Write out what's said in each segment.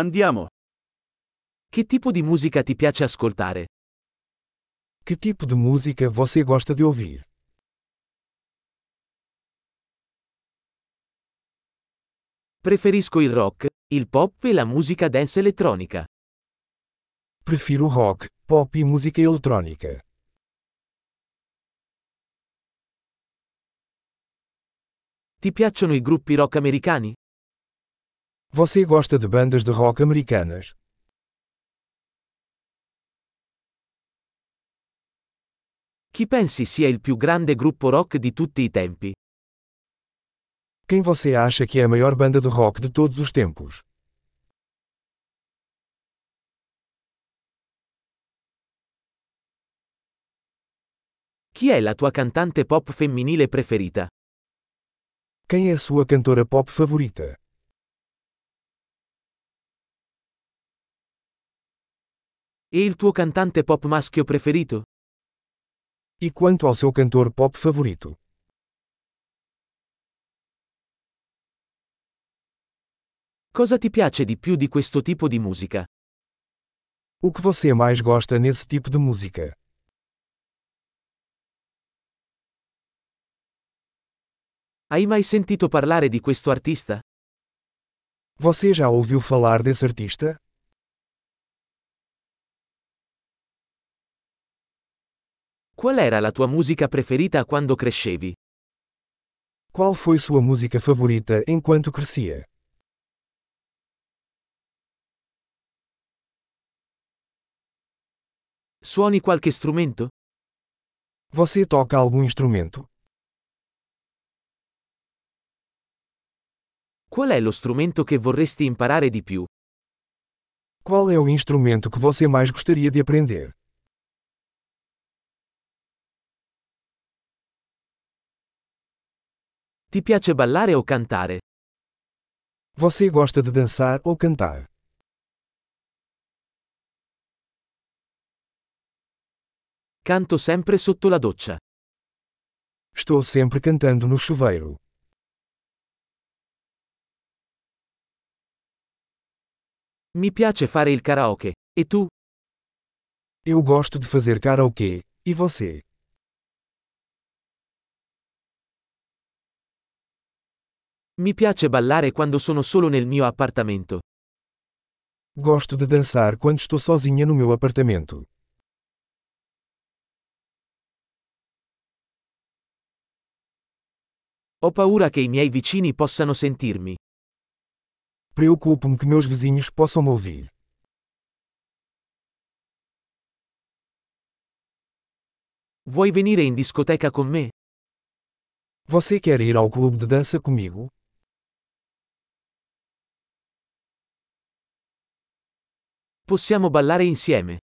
Andiamo. Che tipo di musica ti piace ascoltare? Que tipo de música você gosta de ouvir? Preferisco il rock, il pop e la musica dance elettronica. Prefiro rock, pop e música eletrônica. Ti piacciono i gruppi rock americani? Você gosta de bandas de rock americanas? Chi pensi sia il più grande gruppo rock di tutti i tempi? Quem você acha que é a maior banda de rock de todos os tempos? Chi è la tua cantante pop femminile preferita? Quem é a sua cantora pop favorita? E il tuo cantante pop maschio preferito? E quanto ao seu cantor pop favorito? Cosa ti piace di più di questo tipo di musica? O que você mais gosta nesse tipo de música? Hai mai sentito parlare di questo artista? Você já ouviu falar desse artista? Qual era la tua musica preferita quando crescevi? Qual foi sua música favorita enquanto crescia? Suoni qualche strumento? Você toca algum instrumento? Qual è lo strumento che vorresti imparare di più? Qual é o instrumento que você mais gostaria de aprender? Ti piace ballare o cantare? Você gosta de dançar ou cantar? Canto sempre sotto la doccia. Estou sempre cantando no chuveiro. Mi piace fare il karaoke. E tu? Eu gosto de fazer karaokê. E você? Mi piace ballare quando sono solo nel mio appartamento. Gosto de dançar quando estou sozinha no meu apartamento. Ho paura che i miei vicini possano sentirmi. Preocupo-me que meus vizinhos possam me ouvir. Vuoi venire in discoteca con me? Você quer ir ao clube de dança comigo? Possiamo ballare insieme.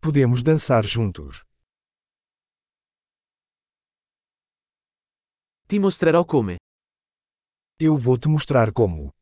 Podemos dançar juntos. Ti mostrerò come. Eu vou te mostrar como.